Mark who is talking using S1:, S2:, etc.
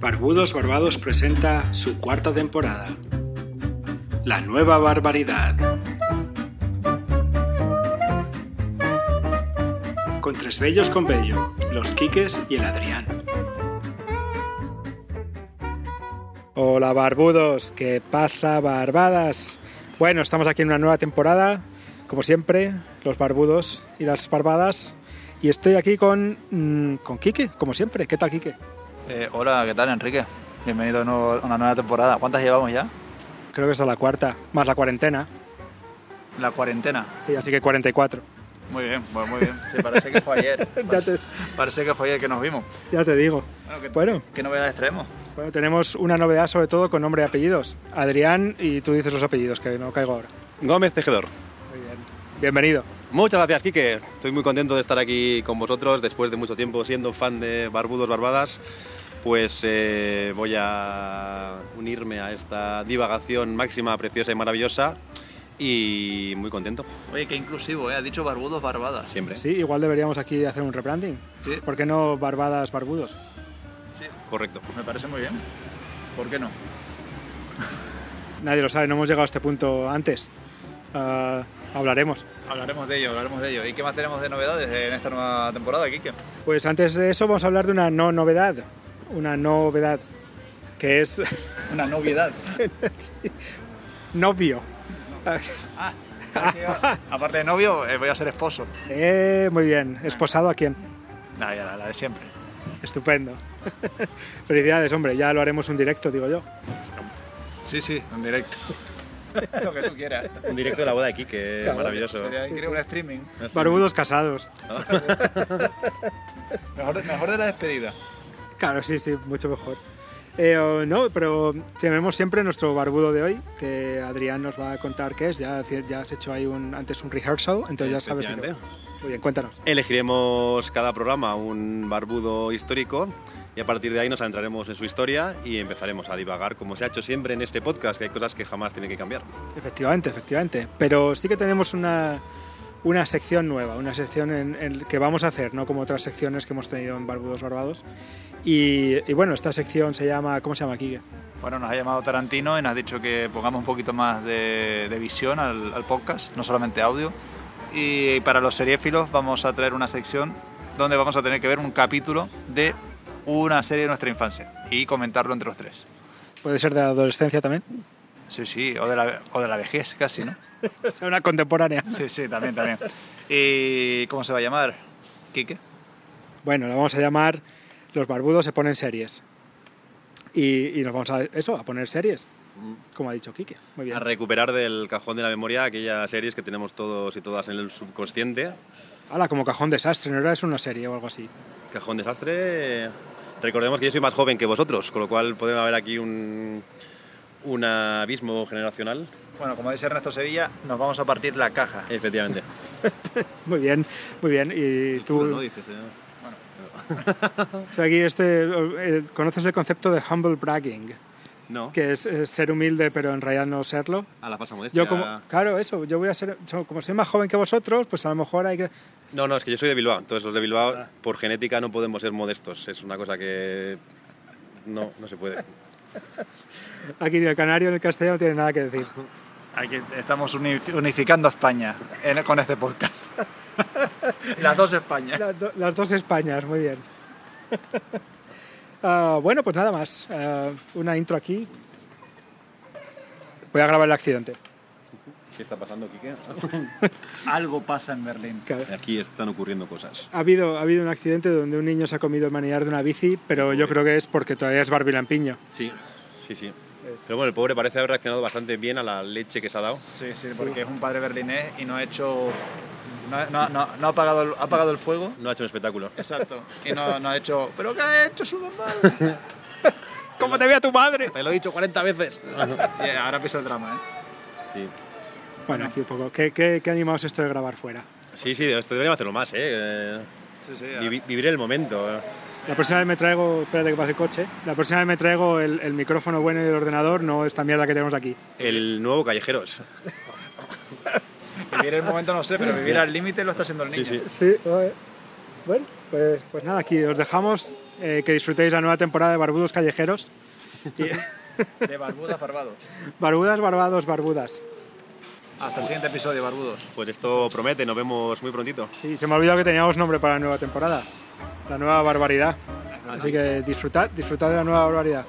S1: Barbudos Barbados presenta su cuarta temporada. La nueva barbaridad. Con tres bellos con bello, los Quiques y el Adrián. Hola Barbudos, ¿qué pasa Barbadas? Bueno, estamos aquí en una nueva temporada, como siempre, los Barbudos y las Barbadas. Y estoy aquí con, mm, con Quique, como siempre. ¿Qué tal, Quique?
S2: Eh, hola, ¿qué tal Enrique? Bienvenido de nuevo a una nueva temporada. ¿Cuántas llevamos ya?
S1: Creo que esta es la cuarta, más la cuarentena.
S2: La cuarentena.
S1: Sí, así que 44.
S2: Muy bien, pues muy bien. Sí, parece que fue ayer.
S1: Ya
S2: Parece,
S1: te-
S2: parece que fue ayer que nos vimos.
S1: Ya te digo.
S2: Bueno, ¿qué,
S1: Bueno.
S2: ¿qué novedades traemos?
S1: Bueno, tenemos una novedad sobre todo con nombre y apellidos. Adrián, y tú dices los apellidos, que no caigo ahora.
S3: Gómez Tejedor.
S1: Muy bien. Bienvenido.
S3: Muchas gracias, Quique. Estoy muy contento de estar aquí con vosotros después de mucho tiempo siendo fan de Barbudos Barbadas. Pues eh, voy a unirme a esta divagación máxima, preciosa y maravillosa. Y muy contento,
S2: Oye, qué inclusivo, ¿eh? Ha dicho barbudos barbadas.
S3: siempre.
S1: Sí, igual deberíamos aquí hacer un rebranding.
S2: Sí.
S1: ¿Por qué no Barbadas Barbudos?
S2: Sí,
S3: Correcto.
S2: me parece muy bien. ¿Por qué no?
S1: Nadie lo sabe, no hemos llegado a este punto antes. Ah, hablaremos.
S2: Hablaremos de ello, hablaremos de ello. ¿Y qué más tenemos de novedades en esta nueva temporada, Kike?
S1: Pues antes de eso vamos a hablar de una no novedad. Una novedad. Que es
S2: Una novedad.
S1: novio.
S2: ah, ¿sabes qué? aparte de novio, eh, voy a ser esposo.
S1: Eh, muy bien. ¿Esposado a quién?
S2: Nah, ya, la, la de siempre.
S1: Estupendo. Felicidades, hombre. Ya lo haremos un directo, digo yo.
S2: Sí, sí, en directo. Lo que tú quieras.
S3: Un directo de la boda de Quique,
S1: Sí,
S3: Eh, maravilloso.
S2: Sería increíble un streaming.
S1: Barbudos casados.
S2: Mejor, mejor de la despedida.
S1: Claro, sí, sí, mucho mejor. Eh, o no, pero tenemos siempre nuestro barbudo de hoy, que Adrián nos va a contar qué es. Ya, ya has hecho ahí un, antes un rehearsal, entonces ya sabes. de qué va. Muy bien, cuéntanos.
S3: Elegiremos cada programa un barbudo histórico y a partir de ahí nos adentraremos en su historia y empezaremos a divagar como se ha hecho siempre en este podcast, que hay cosas que jamás tienen que cambiar.
S1: Efectivamente, efectivamente. Pero sí que tenemos una, una sección nueva, una sección en, en que vamos a hacer, no como otras secciones que hemos tenido en Barbudos Barbados. Y, y bueno, esta sección se llama, ¿cómo se llama aquí?
S2: Bueno, nos ha llamado Tarantino y nos ha dicho que pongamos un poquito más de, de visión al, al podcast, no solamente audio. Y para los seriéfilos vamos a traer una sección donde vamos a tener que ver un capítulo de una serie de nuestra infancia y comentarlo entre los tres.
S1: Puede ser de adolescencia también.
S2: Sí, sí, o de la, o de la vejez casi, ¿no?
S1: O sea, una contemporánea.
S2: Sí, sí, también, también. ¿Y cómo se va a llamar? ¿Quique?
S1: Bueno, la vamos a llamar Los Barbudos se ponen series. Y, y nos vamos a eso, a poner series, como ha dicho Quique. Muy bien.
S3: A recuperar del cajón de la memoria aquellas series que tenemos todos y todas en el subconsciente.
S1: Hala, como cajón desastre, no era eso una serie o algo así.
S3: Cajón desastre. eh, Recordemos que yo soy más joven que vosotros, con lo cual puede haber aquí un, un abismo generacional.
S2: Bueno, como dice Ernesto Sevilla, nos vamos a partir la caja.
S3: Efectivamente.
S1: Muy bien, muy bien. Y tú,
S3: No dices, eh.
S1: o sea, aquí este, eh, conoces el concepto de humble bragging,
S3: No,
S1: que es eh, ser humilde pero en realidad no serlo.
S3: a la falsa modestia.
S1: Yo como, claro, eso, yo voy a ser, so- como soy más joven que vosotros, pues a lo mejor hay que...
S3: No, no, es que yo soy de Bilbao, entonces los de Bilbao
S1: Ah.
S3: por genética no podemos ser modestos, es una cosa que no, no se puede.
S1: Aquí ni el canario ni el castellano no tiene nada que decir.
S2: Aquí estamos uni- unificando a España en- con este podcast. Las dos Españas.
S1: Las, do- las dos Españas, muy bien. Ah, bueno, pues nada más. Ah, una intro aquí. Voy a grabar el accidente.
S3: ¿Qué está pasando, Quique?
S2: Algo pasa en Berlín.
S1: Que
S3: Aquí están ocurriendo cosas.
S1: Ha habido, ha habido un accidente donde un niño se ha comido el manillar de una bici, pero yo creo que es porque todavía es Barbie Lampiño.
S3: Sí, sí, sí. Pero bueno, el pobre parece haber reaccionado bastante bien a la leche que se ha dado.
S2: Sí, sí, porque es un padre berlinés y no ha hecho. No, no- no- no ha, apagado el, ha apagado el fuego.
S3: No ha hecho un espectáculo.
S2: Exacto. Y no, no ha hecho. ¿Pero qué ha hecho su normal?
S1: ¿Cómo te ve a tu madre?
S3: Te lo he dicho 40 veces.
S2: Y ahora empieza el drama, ¿eh?
S3: Sí,
S1: Bueno, aquí un poco. ¿Qué, qué, qué animado es esto de grabar fuera?
S3: sí, sí, esto deberíamos hacerlo más, ¿eh? Eh,
S2: Sí, sí.
S3: vivi- vivir el momento. eh.
S1: La próxima vez me traigo. Espérate que pase el coche. La próxima vez me traigo el, el micrófono bueno y el ordenador, no esta mierda que tenemos aquí.
S3: El nuevo Callejeros.
S2: Vivir el momento no sé, pero vivir al límite lo está haciendo el niño.
S3: Sí, sí.
S1: Sí, eh, bueno. Pues, pues nada, aquí os dejamos eh, que disfrutéis la nueva temporada de Barbudos Callejeros.
S2: De Barbudas, Barbados.
S1: Barbudas, barbados, barbudas.
S2: Hasta el siguiente episodio, Barbudos.
S3: Pues esto promete, nos vemos muy prontito.
S1: Sí, se me ha olvidado que teníamos nombre para la nueva temporada. La nueva barbaridad. Así que disfrutad, disfrutad de la nueva barbaridad.